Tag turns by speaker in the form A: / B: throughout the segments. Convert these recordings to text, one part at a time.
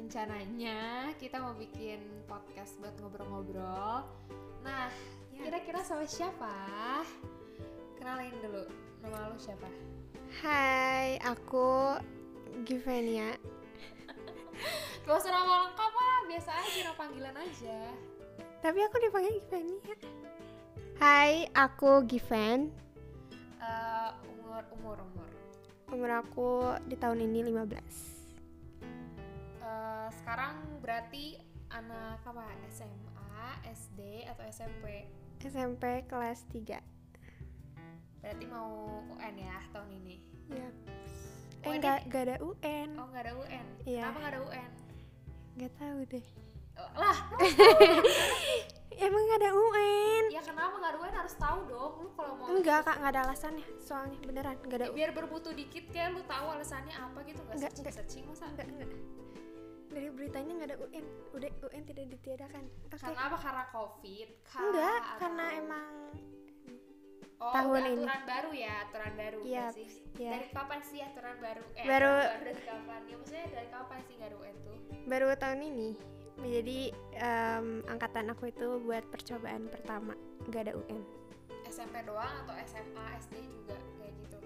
A: rencananya kita mau bikin podcast buat ngobrol-ngobrol. Nah, kira-kira sama siapa? Kenalin dulu, nama lu siapa?
B: Hai, aku Givenia.
A: Gak usah nama lengkap lah, biasa aja nama panggilan aja.
B: Tapi aku dipanggil Givenia. Hai, aku Given.
A: Eh, umur, umur, umur.
B: Umur aku di tahun ini 15.
A: Eh, sekarang berarti anak apa? SMA, SD atau SMP?
B: SMP kelas 3.
A: Berarti mau UN ya tahun ini.
B: Ya.
A: Oh,
B: Eh,
A: ini-
B: nggak nggak ada UN.
A: Oh, nggak ada UN.
B: Iya.
A: Kenapa nggak ada UN?
B: Nggak tahu deh.
A: Eh, Lah,
B: Emang nggak ada UN?
A: ya kenapa nggak ada UN harus tahu dong. Lu kalau mau
B: Enggak, Kak, nggak ada alasannya. Soalnya beneran nggak ada
A: Ya,
B: UN.
A: biar berbutuh dikit kayak lu tahu alasannya apa gitu nggak
B: Nggak,
A: searching searching masa
B: Nggak, nggak. Dari beritanya nggak ada UN. Udah UN tidak ditiadakan. Oke.
A: karena apa karena covid kah?
B: Enggak,
A: Atau-
B: karena emang
A: oh,
B: tahun
A: udah
B: ini.
A: aturan baru ya aturan baru
B: Iya,
A: nggak sih
B: iya.
A: dari kapan sih aturan baru eh,
B: Baru-
A: aturan dari kapan ya maksudnya dari kapan sih nggak ada UN tuh
B: baru tahun ini jadi em, angkatan aku itu buat percobaan pertama nggak ada UN
A: SMP doang atau SMA SD juga kayak gitu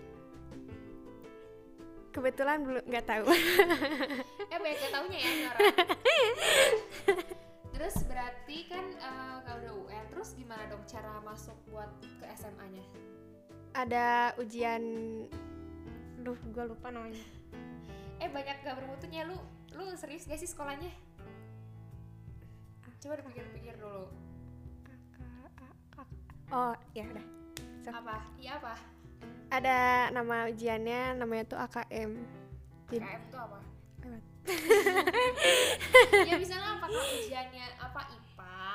B: kebetulan belum nggak tahu
A: eh banyak yang taunya ya ini orang terus berarti kan eh, nggak udah UN terus gimana dong cara masuk buat ke SMA nya
B: ada ujian duh gue lupa namanya
A: Eh banyak gak bermutunya lu Lu serius gak sih sekolahnya?
B: Ah.
A: Coba dipikir-pikir dulu
B: oh ya udah
A: Apa? Iya apa?
B: ada nama ujiannya namanya tuh AKM jadi
A: KM itu apa?
B: Lewat.
A: ya misalnya apakah ujiannya apa IPA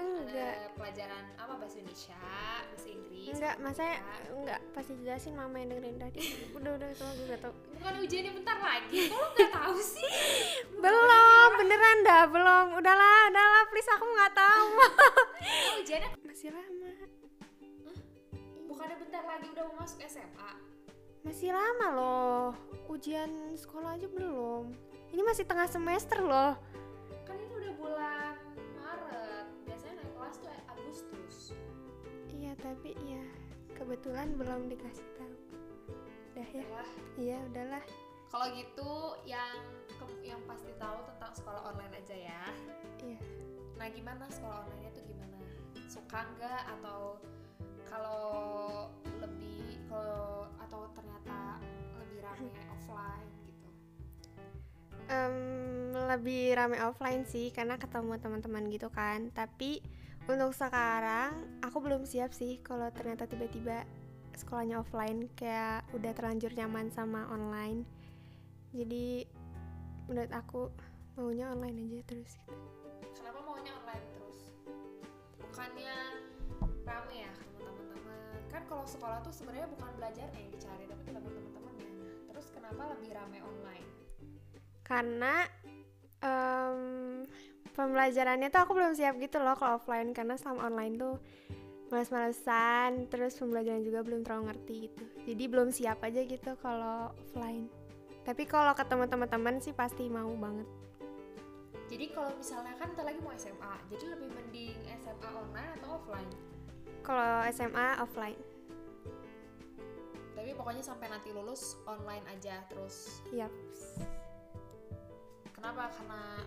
B: enggak
A: eh, Pelajaran apa bahasa Indonesia Bahasa Inggris
B: enggak masanya
A: matematika.
B: enggak pasti jelasin mama yang dengerin tadi udah udah sama gue gak tau
A: Bukan ujiannya bentar lagi Kok lu gak tahu sih?
B: belum beneran dah belum udahlah udahlah please aku nggak tahu
A: Lu ujiannya
B: masih lama
A: bukannya bentar lagi udah mau masuk SMA
B: Masih lama loh. Ujian sekolah aja belum. Ini masih tengah semester loh.
A: Kan ini udah bulan Maret Biasanya naik kelas tuh Agustus
B: Iya, tapi ya kebetulan belum dikasih tahu. Udah ya.
A: Wah
B: Iya, udahlah.
A: Kalau gitu yang ke- yang pasti tahu tentang sekolah online aja ya.
B: Iya.
A: Nah gimana sekolah online tuh gimana? Suka nggak atau kalau lebih kalau atau ternyata lebih rame offline gitu?
B: Em, lebih rame offline sih karena ketemu teman-teman gitu kan. Tapi untuk sekarang aku belum siap sih kalau ternyata tiba-tiba sekolahnya offline kayak udah terlanjur nyaman sama online. Jadi menurut aku maunya online aja terus.
A: Kenapa maunya online terus? Bukannya rame ya sama teman-teman? Kan kalau sekolah tuh sebenarnya bukan belajar yang dicari tapi ketemu teman-temannya. Nah, terus kenapa lebih rame online?
B: karena em, pembelajarannya tuh aku belum siap gitu loh kalau offline karena selama online tuh males-malesan terus pembelajaran juga belum terlalu ngerti gitu jadi belum siap aja gitu kalau offline tapi kalau ketemu teman-teman sih pasti mau banget
A: Jadi kalau misalnya kan kita lagi mau SMA, jadi lebih mending SMA online atau offline?
B: kalau SMA offline
A: Tapi pokoknya sampai nanti lulus online aja terus.
B: Yap
A: Kenapa? Karena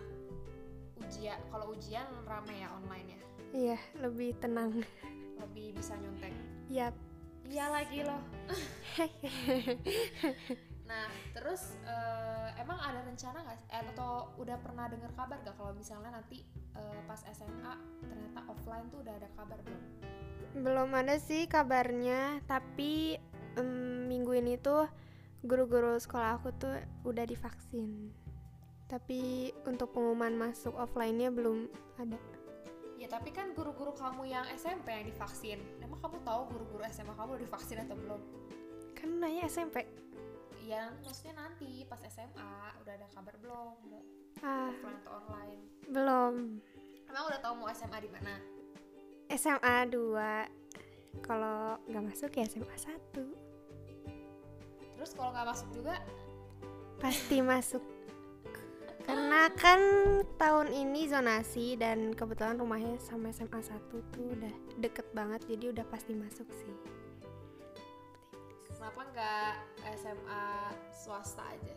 A: ujian kalau ujian rame ya online ya.
B: iya lebih tenang
A: Lebih bisa nyontek.
B: Yap
A: Iya lagi loh. nah, terus eh, emang ada rencana nggak eh, atau udah pernah dengar kabar gak kalau misalnya nanti eh, pas SMA ternyata offline tuh udah ada kabar belum?
B: Belum ada sih kabarnya, tapi em, minggu ini tuh guru-guru sekolah aku tuh udah divaksin. Tapi untuk pengumuman masuk offline-nya belum ada.
A: Ya tapi kan guru-guru kamu yang SMP yang divaksin. Emang kamu tahu guru-guru SMA kamu udah divaksin atau belum?
B: Kan nanya SMP.
A: Ya maksudnya nanti pas SMA udah ada kabar belum? Mau
B: Ah,
A: offline atau online?
B: belum.
A: Emang udah tahu mau SMA di mana?
B: SMA 2. Kalau nggak masuk ya SMA 1.
A: Terus kalau nggak masuk juga
B: Pasti masuk. Karena kan tahun ini zonasi dan kebetulan rumahnya sama SMA 1 tuh udah deket banget jadi udah pasti masuk sih.
A: Kenapa nggak SMA swasta aja?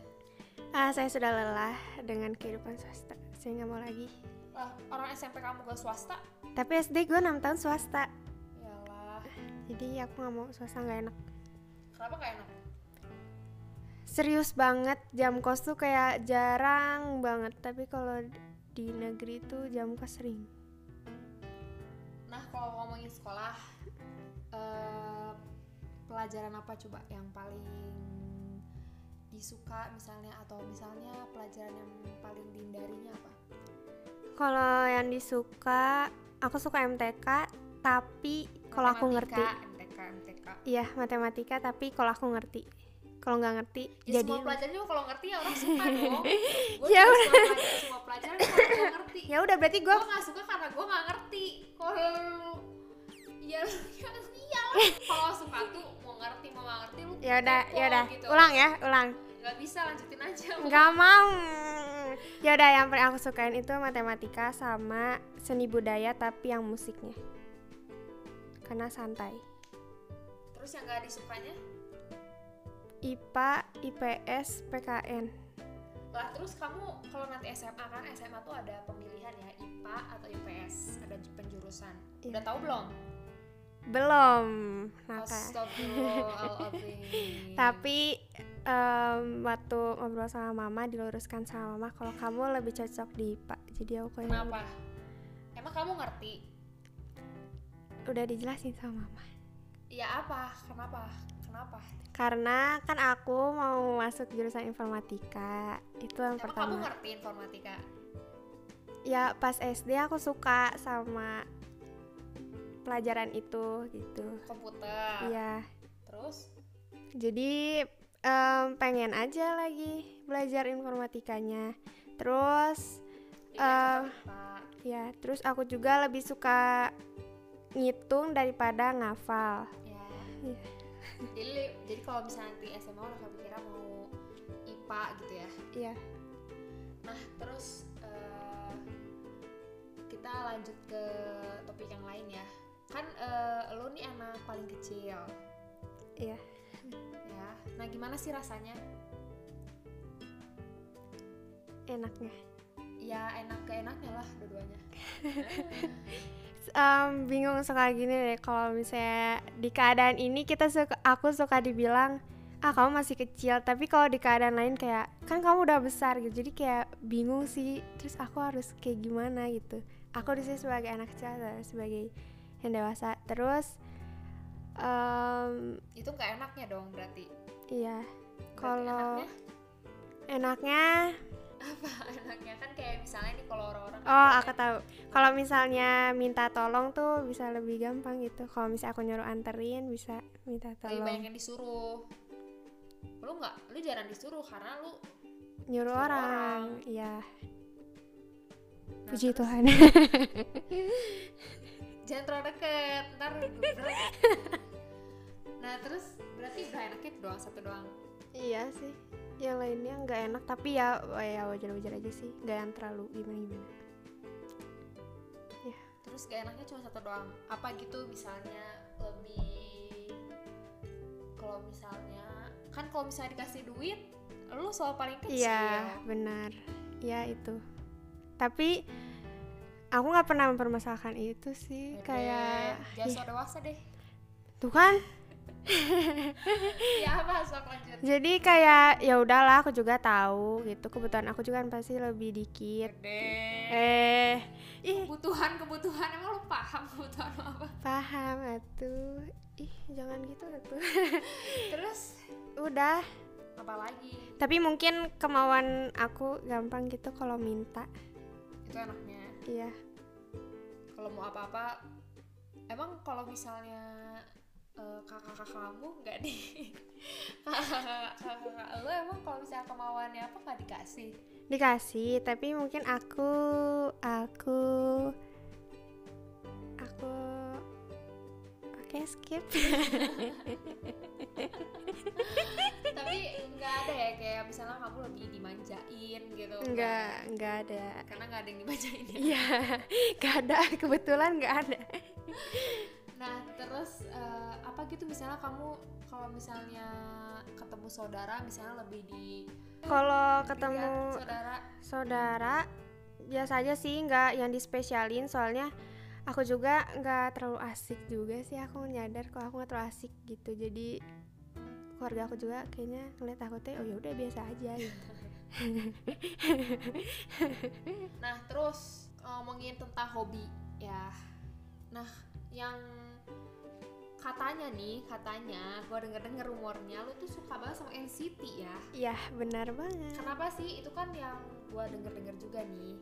B: Ah, saya sudah lelah dengan kehidupan swasta. Saya nggak mau lagi.
A: Lah, orang SMP kamu gak swasta?
B: Tapi SD gue 6 tahun swasta.
A: Yalah,
B: Jadi aku nggak mau swasta nggak enak.
A: kenapa nggak enak?
B: Serius banget jam kos tuh kayak jarang banget. Tapi kalau di negeri tuh jam kos sering.
A: Nah, kalau ngomongin sekolah, eh, pelajaran apa coba yang paling disuka misalnya atau misalnya pelajaran yang paling dihindarinya apa?
B: Kalau yang disuka, aku suka MTK. Tapi kalau aku ngerti,
A: Matematika, MTK, MTK.
B: iya matematika. Tapi kalau aku ngerti, kalau nggak ngerti,
A: Ya,
B: jadi
A: semua pelajaran juga kalau ngerti ya orang suka dong. Gue juga suka
B: Ya
A: pelajaran semua pelajaran kalau nggak ngerti.
B: ya udah berarti gue
A: Gue nggak suka karena gue nggak ngerti. Kalau ya ya iyalah. Kalau suka tuh mau ngerti mau nggak ngerti lu.
B: ya udah
A: kepo
B: ya udah
A: gitu.
B: ulang ya ulang
A: Nggak bisa lanjutin aja.
B: nggak mau ya udah yang paling aku sukain itu matematika sama seni budaya tapi yang musiknya karena santai
A: Terus yang nggak disukanya?
B: IPA IPS PKN
A: Lah terus kamu kalau nanti SMA kan SMA tuh ada pemilihan ya IPA atau IPS ada j- penjurusan.
B: Iya.
A: Udah tahu belum?
B: belum nakal
A: Astagfirullahaladzim.
B: tapi em, waktu ngobrol sama mama diluruskan sama mama kalau kamu lebih cocok di IPA jadi aku kayak
A: kenapa? Emang kamu ngerti?
B: udah dijelasin sama mama
A: Ya apa? Kenapa? Kenapa?
B: karena kan aku mau masuk jurusan informatika itu yang
A: Emang
B: pertama
A: kamu ngerti informatika?
B: ya pas SD aku suka sama pelajaran itu gitu
A: Komputer.
B: ya
A: Terus
B: jadi em, pengen aja lagi belajar informatikanya terus
A: Iya, cocok
B: Eh,
A: IPA.
B: ya terus aku juga lebih suka ngitung daripada ngafal
A: Ya.
B: Iya.
A: jadi jadi kalau misalnya nanti SMA udah kepikiran mau IPA gitu ya.
B: ya
A: Nah, terus eh, kita lanjut ke topik yang lain ya. Kan eh, lo nih anak paling kecil.
B: Iya.
A: Ya. Nah, gimana sih rasanya?
B: enaknya
A: Ya enak keenaknya lah dua-duanya.
B: Em, bingung suka gini deh kalau misalnya di keadaan ini kita suka aku suka dibilang ah kamu masih kecil tapi kalau di keadaan lain kayak kan kamu udah besar gitu jadi kayak bingung sih terus aku harus kayak gimana gitu aku di sini sebagai anak kecil dan sebagai yang dewasa terus em,
A: Itu nggak enaknya dong berarti.
B: iya
A: Berarti
B: kalau
A: enaknya-
B: enaknya
A: enaknya kan kayak misalnya nih kalau orang-orang
B: oh aku tahu kalau misalnya minta tolong tuh bisa lebih gampang gitu kalau misalnya aku nyuruh anterin bisa minta
A: lebih
B: tolong
A: banyak yang disuruh. Lu nggak, lu jarang disuruh karena lu
B: nyuruh
A: Suruh orang.
B: orang iya
A: nah,
B: puji
A: terus
B: Tuhan
A: Jangan terlalu deket, ntar gebrek. Nah terus berarti udah enaknya itu doang satu doang.
B: iya sih yang lainnya nggak enak tapi ya ya wajar-wajar aja sih nggak yang terlalu Kan gimana gimana
A: Terus gak enaknya cuma satu doang. Apa gitu misalnya lebih kalau misalnya kan kalau misalnya dikasih duit, lu soal paling kecil.
B: iya benar iya itu tapi aku nggak pernah mempermasalahkan itu sih
A: Bebek,
B: kayak iya.
A: jangan
B: Ih,
A: soal dewasa deh.
B: tuh kan
A: ya apa soal lanjut?
B: jadi kayak ya udahlah aku juga tahu gitu kebutuhan aku juga kan pasti lebih dikit
A: Gede.
B: eh ih
A: Kebutuhan kebutuhan emang lu paham kebutuhan lu apa?
B: paham atuh ih jangan gitu atuh
A: Terus
B: udah
A: apa lagi?
B: tapi mungkin kemauan aku gampang gitu kalau minta
A: Itu enaknya.
B: iya
A: kalau mau apa-apa emang kalau misalnya eh, kakak-kakak kamu nggak di kakak-kakak lu emang kalau misalnya kemauannya apa nggak dikasih
B: dikasih tapi mungkin aku aku aku oke Oke, skip.
A: tapi nggak ada ya kayak misalnya kamu lebih dimanjain gitu
B: Nggak, nggak ada.
A: karena nggak ada yang dimanjain ya
B: Iya, nggak ada. Kebetulan nggak ada.
A: Nah, terus eh, apa gitu misalnya kamu kalau misalnya ketemu saudara misalnya lebih di
B: Kalau
A: dilihat
B: ketemu
A: saudara
B: saudara biasa aja sih nggak yang dispesialin soalnya aku juga nggak terlalu asik juga sih aku nyadar kalau aku nggak terlalu asik gitu jadi keluarga aku juga kayaknya ngeliat aku teh oh yaudah biasa aja gitu.
A: Nah, terus ngomongin tentang hobi ya. Nah, yang katanya nih, katanya gua denger-denger rumornya lu tuh suka banget sama NCT ya.
B: iya benar banget
A: Kenapa sih? Itu kan yang gua denger-denger juga nih.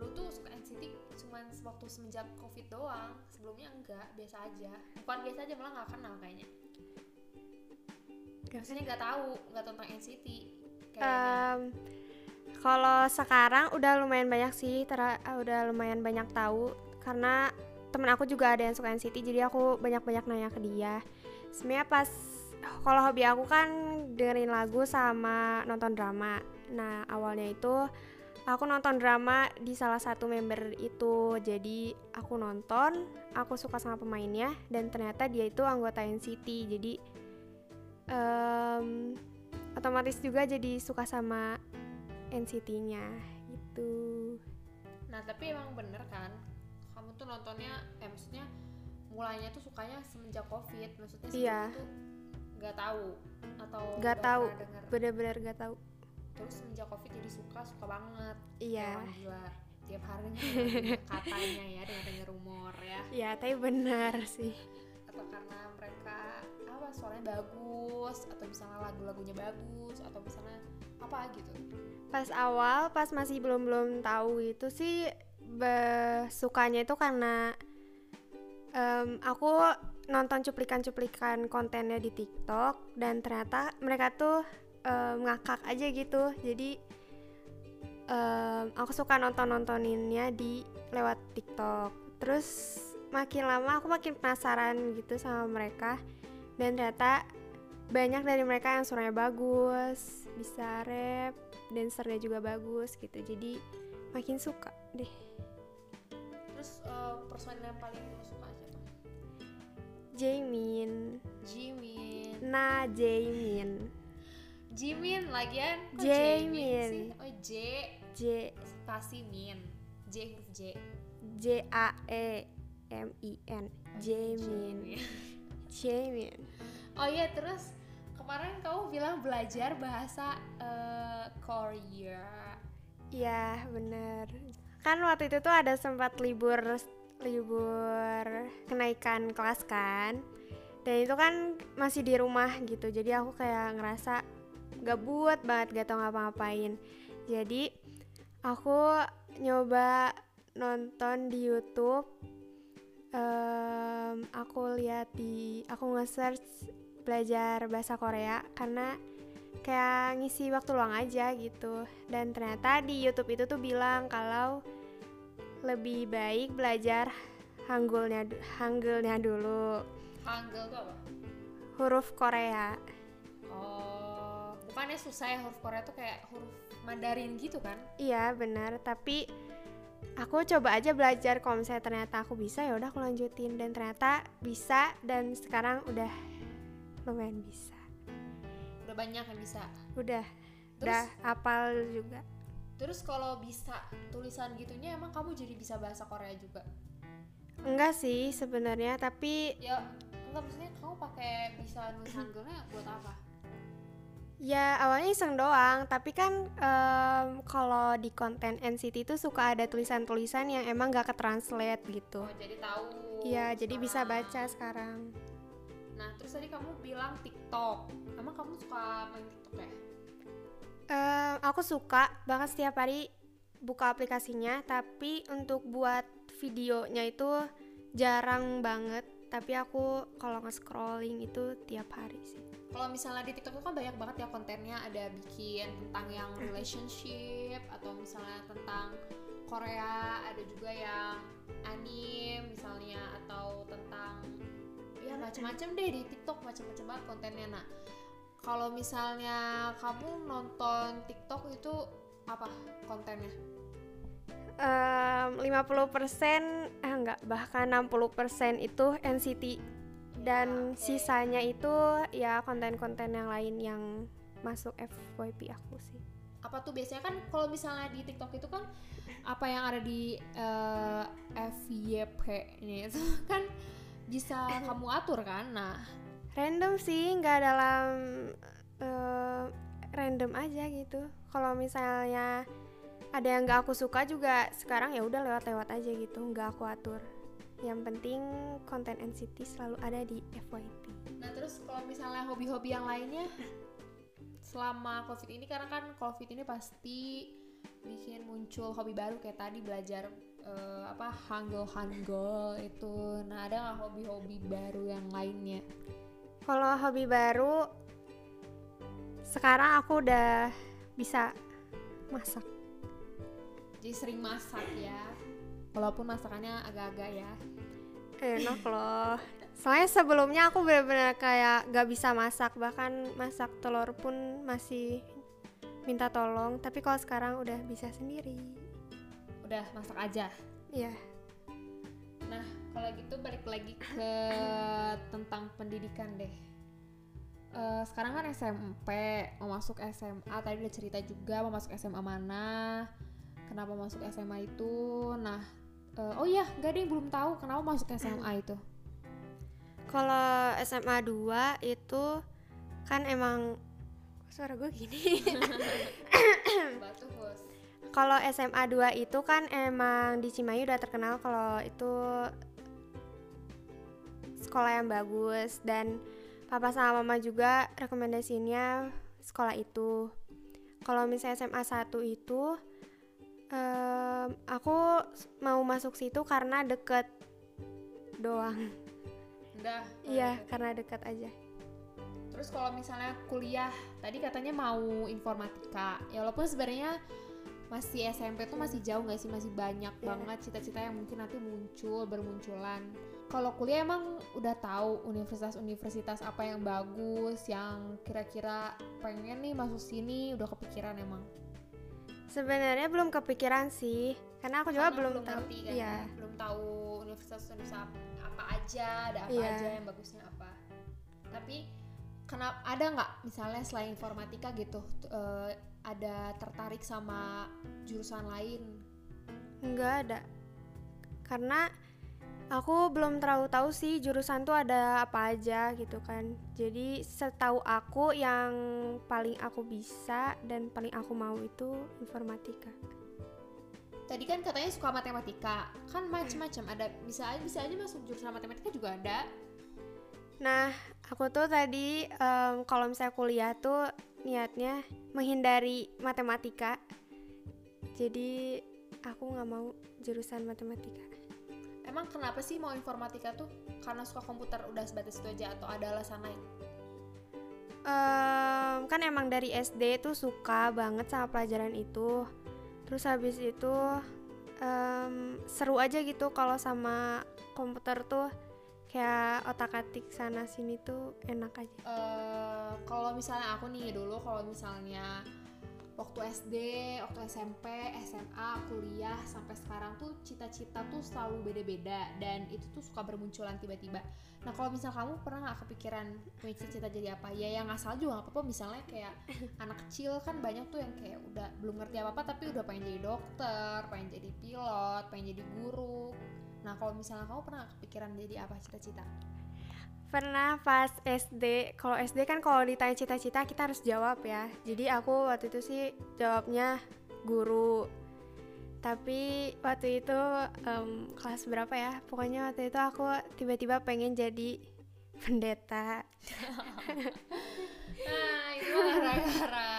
A: Lu tuh suka NCT cuman waktu semenjak Covid doang. Sebelumnya enggak, biasa aja. Bukan biasa aja, malah nggak kenal kayaknya.
B: Nggak
A: Maksudnya nggak tahu, nggak tentang NCT. gitu. Kayaknya.
B: Em, kalau sekarang udah lumayan banyak sih tera- eh, udah lumayan banyak tahu karena temen aku juga ada yang suka NCT jadi aku banyak-banyak nanya ke dia sebenarnya pas kalau hobi aku kan dengerin lagu sama nonton drama nah awalnya itu aku nonton drama di salah satu member itu jadi aku nonton aku suka sama pemainnya dan ternyata dia itu anggota NCT jadi em, otomatis juga jadi suka sama NCT-nya gitu.
A: Nah, tapi emang bener kan? Kamu tuh nontonnya, eh, maksudnya mulainya tuh sukanya semenjak Covid. Maksudnya sebelum
B: Iya.
A: itu nggak tahu atau
B: Nggak
A: udah
B: tahu.
A: pernah denger.
B: Bener-bener gak tahu.
A: Terus semenjak Covid jadi suka, suka banget.
B: Iya.
A: Emang gila. Tiap hari dengerin katanya ya, dengar dengar rumor ya.
B: Iya, tapi benar sih.
A: Atau karena mereka apa suaranya bagus, atau misalnya lagu-lagunya bagus, atau misalnya apa gitu.
B: Pas awal, pas masih belum-belum tahu itu sih be- sukanya itu karena em, aku nonton cuplikan-cuplikan kontennya di TikTok dan ternyata mereka tuh em, ngakak aja gitu. Jadi em, aku suka nonton-nontoninnya di lewat TikTok. Terus makin lama aku makin penasaran gitu sama mereka dan ternyata banyak dari mereka yang suaranya bagus, bisa rap, dancernya juga bagus gitu. Jadi makin suka deh.
A: Terus eh, personil yang paling lu suka siapa?
B: Jamin.
A: Jimin.
B: Nah, Jamin.
A: Jimin lagian Kok
B: Jaemin.
A: sih? Oh J
B: J
A: pasti Min J huruf J
B: J A E M I N. Jamin. Jamin.
A: Oh iya terus kemarin kamu bilang belajar bahasa eh, Korea
B: Iya, bener. Kan waktu itu tuh ada sempat libur libur kenaikan kelas kan. Dan itu kan masih di rumah gitu. Jadi aku kayak ngerasa gabut banget, gak tau ngapa-ngapain. Jadi aku nyoba nonton di YouTube. Em, aku lihat di aku nge-search belajar bahasa Korea karena kayak ngisi waktu luang aja gitu dan ternyata di YouTube itu tuh bilang kalau lebih baik belajar hangulnya du- hangulnya dulu
A: Hangul tuh apa?
B: huruf Korea
A: Oh bukannya susah ya huruf Korea tuh kayak huruf Mandarin gitu kan?
B: iya benar tapi aku coba aja belajar kalau misalnya ternyata aku bisa ya udah aku lanjutin dan ternyata bisa dan sekarang udah lumayan bisa
A: Udah banyak yang bisa
B: udah
A: Terus?
B: udah apal juga
A: Terus kalau bisa tulisan gitunya emang kamu jadi bisa bahasa Korea juga?
B: enggak sih sebenarnya tapi
A: Ya enggak maksudnya kamu pakai bisa nulis Hangulnya buat apa?
B: Ya awalnya iseng doang, tapi kan em, kalau di konten NCT itu suka ada tulisan-tulisan yang emang gak ketranslate gitu.
A: Oh jadi tahu
B: Iya, jadi bisa
A: sekarang.
B: baca sekarang.
A: Nah, terus tadi kamu bilang TikTok. Emang kamu suka main TikTok ya?
B: Em, aku suka banget setiap hari buka aplikasinya, tapi untuk buat videonya itu jarang banget. Tapi aku kalau nge-scrolling itu tiap hari sih.
A: Kalau misalnya di TikTok itu kan banyak banget ya kontennya ada bikin tentang yang relationship atau misalnya tentang Korea, ada juga yang anime misalnya atau tentang ya macam-macam deh di TikTok macam-macam banget kontennya nak kalau misalnya kamu nonton TikTok itu apa kontennya
B: Em, 50% ah enggak bahkan 60% itu NCT dan
A: Ya, oke.
B: sisanya itu ya konten-konten yang lain yang masuk FYP aku sih.
A: apa tuh biasanya kan kalau misalnya di TikTok itu kan apa yang ada di eh, FYP ini itu kan bisa kamu atur kan nah
B: Random sih, nggak dalam eh, random aja gitu. Kalau misalnya ada yang nggak aku suka juga sekarang ya udah lewat-lewat aja gitu, nggak aku atur. Yang penting konten NCT selalu ada di FYP.
A: Nah terus kalau misalnya hobi-hobi yang lainnya selama covid ini karena kan covid ini pasti bikin muncul hobi baru kayak tadi belajar eh, apa hangul hangul itu. Nah ada nggak hobi-hobi baru yang lainnya?
B: Kalau hobi baru sekarang aku udah bisa masak.
A: Jadi sering masak ya. Walaupun masakannya agak-agak ya.
B: Enak loh. Soalnya sebelumnya aku bener-bener kayak gak bisa masak Bahkan masak telur pun masih minta tolong Tapi kalau sekarang udah bisa sendiri
A: Udah masak aja.
B: Iya
A: Nah kalau gitu balik lagi ke tentang pendidikan deh. Eh, sekarang kan SMP mau masuk SMA tadi udah cerita juga mau masuk SMA mana kenapa masuk SMA itu nah eh, oh iya nggak ada yang belum tahu kenapa masuk SMA itu
B: Kalau SMA 2 itu kan emang Suara gue gini
A: batu bos
B: Kalau SMA 2 itu kan emang di Cimahi udah terkenal kalau itu sekolah yang bagus dan papa sama mama juga rekomendasinya sekolah itu. Kalau misalnya SMA 1 itu em, aku s- mau masuk situ karena deket doang.
A: udah
B: Iya, karena deket aja.
A: terus kalau misalnya kuliah tadi katanya mau informatika ya walaupun sebenarnya masih SMP tuh masih jauh nggak sih masih banyak
B: Iya.
A: banget cita-cita yang mungkin nanti muncul bermunculan kalau kuliah emang udah tahu universitas-universitas apa yang bagus yang kira-kira pengen nih masuk sini udah kepikiran emang
B: Sebenarnya belum kepikiran sih, karena aku juga
A: Karena
B: belum tahu.
A: ngerti kan
B: Iya.
A: ya, belum tahu universitas universitas apa aja ada apa
B: Iya.
A: aja yang bagusnya apa tapi kenapa ada nggak misalnya selain informatika gitu t- eh, ada tertarik sama jurusan lain
B: Nggak ada. Karena aku belum terlalu tahu sih jurusan tuh ada apa aja gitu kan. Jadi setahu aku yang paling aku bisa dan paling aku mau itu informatika.
A: tadi kan katanya suka matematika kan macam-macam ada bisa aja bisa aja masuk jurusan matematika juga ada
B: Nah, aku tuh tadi em, kalau misalnya kuliah tuh niatnya menghindari matematika. Jadi aku nggak mau jurusan matematika.
A: emang kenapa sih mau informatika tuh karena suka komputer udah sebatas itu aja atau ada alasan lain
B: Em, kan emang dari SD tuh suka banget sama pelajaran itu terus habis itu em, seru aja gitu kalau sama komputer tuh kayak otak atik sana sini tuh enak aja
A: eh kalau misalnya aku nih dulu kalau misalnya waktu SD, waktu SMP, SMA, kuliah sampai sekarang tuh cita-cita tuh selalu beda-beda dan itu tuh suka bermunculan tiba-tiba. Nah kalau misal kamu pernah nggak kepikiran punya cita-cita jadi apa? Ya yang asal juga nggak apa-apa. Misalnya kayak anak kecil kan banyak tuh yang kayak udah belum ngerti apa-apa tapi udah pengen jadi dokter, pengen jadi pilot, pengen jadi guru. Nah kalau misalnya kamu pernah nggak kepikiran jadi apa cita-cita?
B: pernah pas SD kalau SD kan kalau ditanya cita-cita kita harus jawab ya jadi aku waktu itu sih jawabnya guru tapi waktu itu em, kelas berapa ya pokoknya waktu itu aku tiba-tiba pengen jadi pendeta
A: Nah itu gara-gara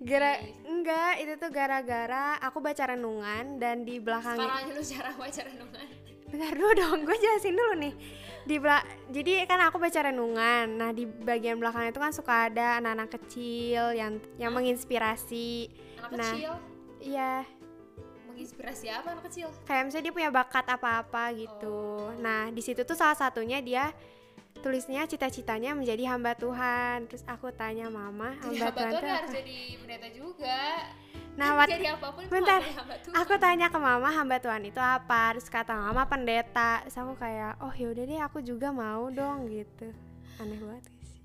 B: Gara
A: Iya.
B: enggak, itu tuh gara-gara aku baca renungan dan
A: Sekarang
B: di belakangnya
A: aja lu cara baca renungan
B: Bentar dulu dong, gue jelasin dulu nih. Di bela- jadi kan aku baca renungan. Nah, di bagian belakangnya itu kan suka ada anak-anak kecil yang yang
A: Hmm.
B: menginspirasi.
A: Anak
B: Nah.
A: kecil
B: Iya,
A: Menginspirasi apa anak kecil? Oh.
B: kayak misalnya dia punya bakat apa-apa gitu. Nah, di situ tuh salah satunya dia tulisnya cita-citanya menjadi hamba Tuhan terus aku tanya mama
A: Jadi
B: hamba
A: hamba
B: Tuhan
A: Tuhan
B: tuh
A: nggak
B: apa?
A: harus jadi pendeta juga.
B: nah wat-
A: jadi apapun itu
B: bentar.
A: nggak boleh hamba Tuhan.
B: aku tanya ke mama hamba Tuhan itu apa terus kata mama pendeta terus aku kayak oh yaudah deh aku juga mau dong gitu aneh banget gak sih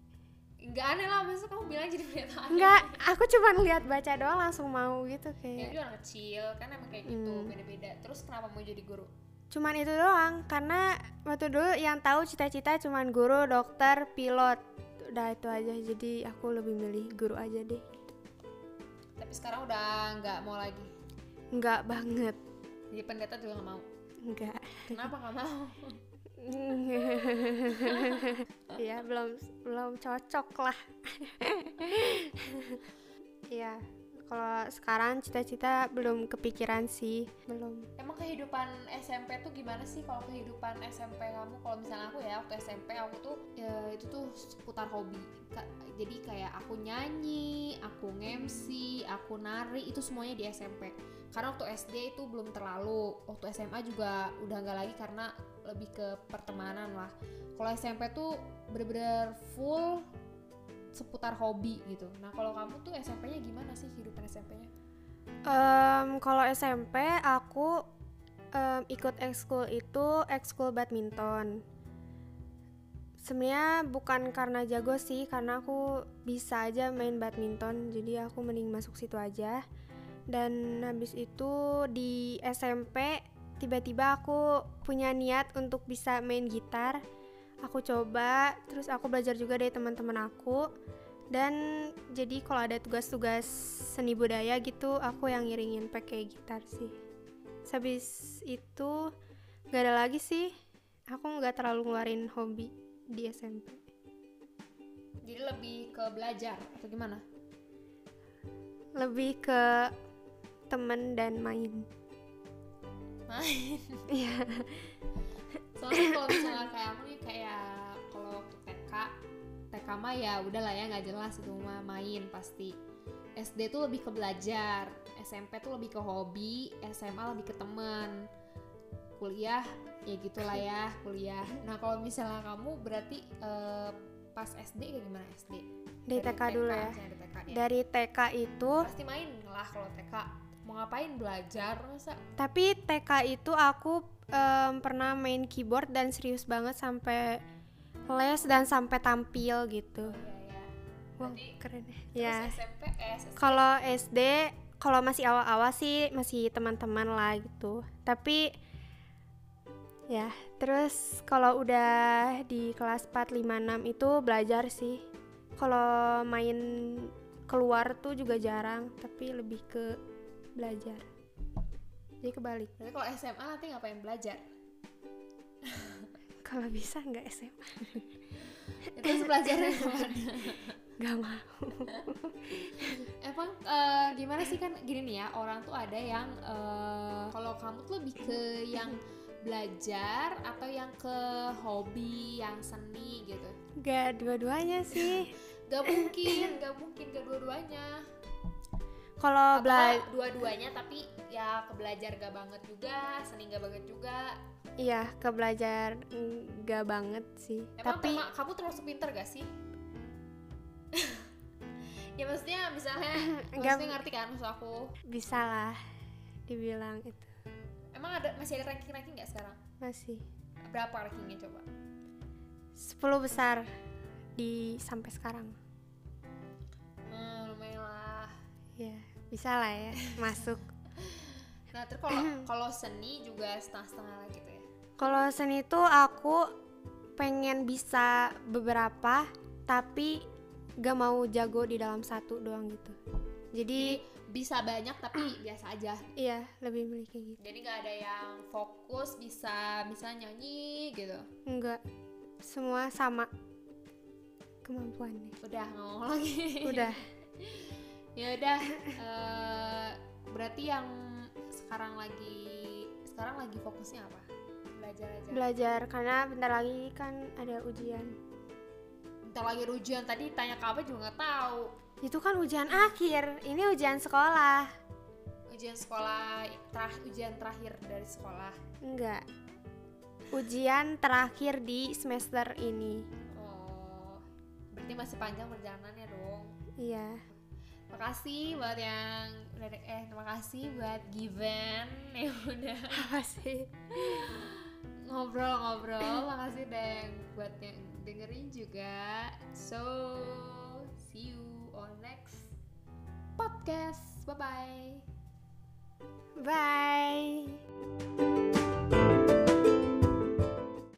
A: Nggak aneh lah, maksudnya kamu bilang jadi pendeta aneh.
B: enggak aku cuman lihat baca doang langsung mau gitu
A: Ya
B: kayak
A: dia orang kecil, kan emang kayak gitu,
B: Hmm.
A: beda-beda. Terus kenapa mau jadi guru?
B: cuman itu doang karena waktu dulu yang tahu cita-cita cuman guru dokter pilot udah itu aja jadi aku lebih milih guru aja deh
A: Tapi sekarang udah nggak mau lagi.
B: enggak banget
A: Jadi pendeta juga nggak mau.
B: enggak
A: Kenapa nggak mau?
B: Iya belum belum cocok lah. Iya kalau sekarang cita-cita belum kepikiran sih belum.
A: Emang kehidupan SMP tuh gimana sih kalau kehidupan SMP kamu? Kalau misalnya aku ya waktu SMP aku tuh ya, itu tuh seputar hobi. Ka- Jadi kayak aku nyanyi, aku MC, aku nari itu semuanya di SMP. Karena waktu SD itu belum terlalu, waktu SMA juga udah nggak lagi karena lebih ke pertemanan lah. Kalau SMP tuh bener-bener full seputar hobi gitu. Nah kalau kamu tuh SMP-nya gimana sih kehidupan SMP-nya?
B: Em, kalau SMP aku em, ikut ekskul itu ekskul badminton. Sebenarnya bukan karena jago sih karena aku bisa aja main badminton jadi aku mending masuk situ aja. Dan habis itu di SMP tiba-tiba aku punya niat untuk bisa main gitar. Aku coba, terus aku belajar juga dari teman-teman aku. Dan jadi kalau ada tugas-tugas seni budaya gitu, aku yang ngiringin pakai gitar sih. Terus Habis itu nggak ada lagi sih. Aku nggak terlalu ngeluarin hobi di SMP.
A: Jadi lebih ke belajar atau gimana?
B: Lebih ke temen dan main.
A: main
B: Iya.
A: soalnya kalau misalnya kayak aku nih kayak ya, kalau waktu TK TK mah ya udahlah ya nggak jelas itu mah main pasti SD tuh lebih ke belajar SMP tuh lebih ke hobi SMA lebih ke teman kuliah ya gitulah ya kuliah nah kalau misalnya kamu berarti eh, pas SD kayak gimana SD
B: Dari TK dulu ya.
A: misalnya dari TK, ya.
B: Dari TK itu
A: pasti main lah kalau TK mau ngapain belajar masa
B: Tapi TK itu aku em, pernah main keyboard dan serius banget sampai les dan sampai tampil gitu.
A: Iya, ya.
B: Wah,
A: Berarti-
B: keren
A: terus
B: ya. Ya.
A: SMP eh,
B: Kalau SD, kalau masih awal-awal sih masih teman-teman lah gitu. Tapi ya, terus kalau udah di kelas 4 5 6 itu belajar sih. Kalau main keluar tuh juga jarang, tapi lebih ke belajar. Jadi kebalik.
A: Berarti kalau SMA nanti ngapain belajar?
B: Kalau bisa nggak SMA?
A: Terus belajarnya kemana?
B: Gak mau.
A: Emang eh, gimana sih kan gini nih ya orang tuh ada yang eh, kalau kamu tuh lebih ke yang belajar atau yang ke hobi, yang seni gitu.
B: Gak dua-duanya sih.
A: Gak mungkin, gak mungkin kedua-duanya.
B: Kalau
A: Atau nggak
B: belajar,
A: dua-duanya tapi ya ke belajar gak banget juga, seni gak banget juga.
B: iya ke belajar mm, gak banget sih.
A: Emang
B: Tapi
A: perma- kamu termasuk pinter gak sih? ya maksudnya misalnya,
B: Nggak-
A: maksudnya ngerti kan maksud aku?
B: bisa lah dibilang itu
A: Emang ada masih ada ranking-ranking nggak sekarang?
B: masih
A: Berapa rankingnya coba?
B: 10 besar di sampai sekarang.
A: Hmm, lumayan lah.
B: Ya bisa lah ya masuk.
A: Nah, terus kalau kalau seni juga setengah-setengah lah gitu ya.
B: Kalau seni itu aku pengen bisa beberapa, tapi gak mau jago di dalam satu doang gitu. Jadi
A: Bisa banyak tapi biasa aja.
B: iya lebih milih kayak gitu.
A: Jadi nggak ada yang fokus bisa misalnya nyanyi gitu.
B: Enggak, semua sama kemampuannya.
A: Udah nggak ngomong lagi.
B: Udah.
A: ya udah. eh, berarti yang sekarang lagi sekarang lagi fokusnya apa? Belajar aja.
B: belajar karena bentar lagi kan ada ujian
A: Bentar lagi rujuan tadi tanya ke apa juga nggak tahu.
B: itu kan ujian akhir ini ujian sekolah
A: Ujian sekolah terakhir ujian terakhir dari sekolah.
B: enggak ujian terakhir di semester ini.
A: Oh, berarti masih panjang perjalanannya dong.
B: Iya.
A: Makasih buat yang udah de- eh terima kasih buat Given yang udah
B: Apa sih?
A: ngobrol-ngobrol. Makasih dan buat yang dengerin juga. So, see you on next podcast. Bye bye.
B: Bye.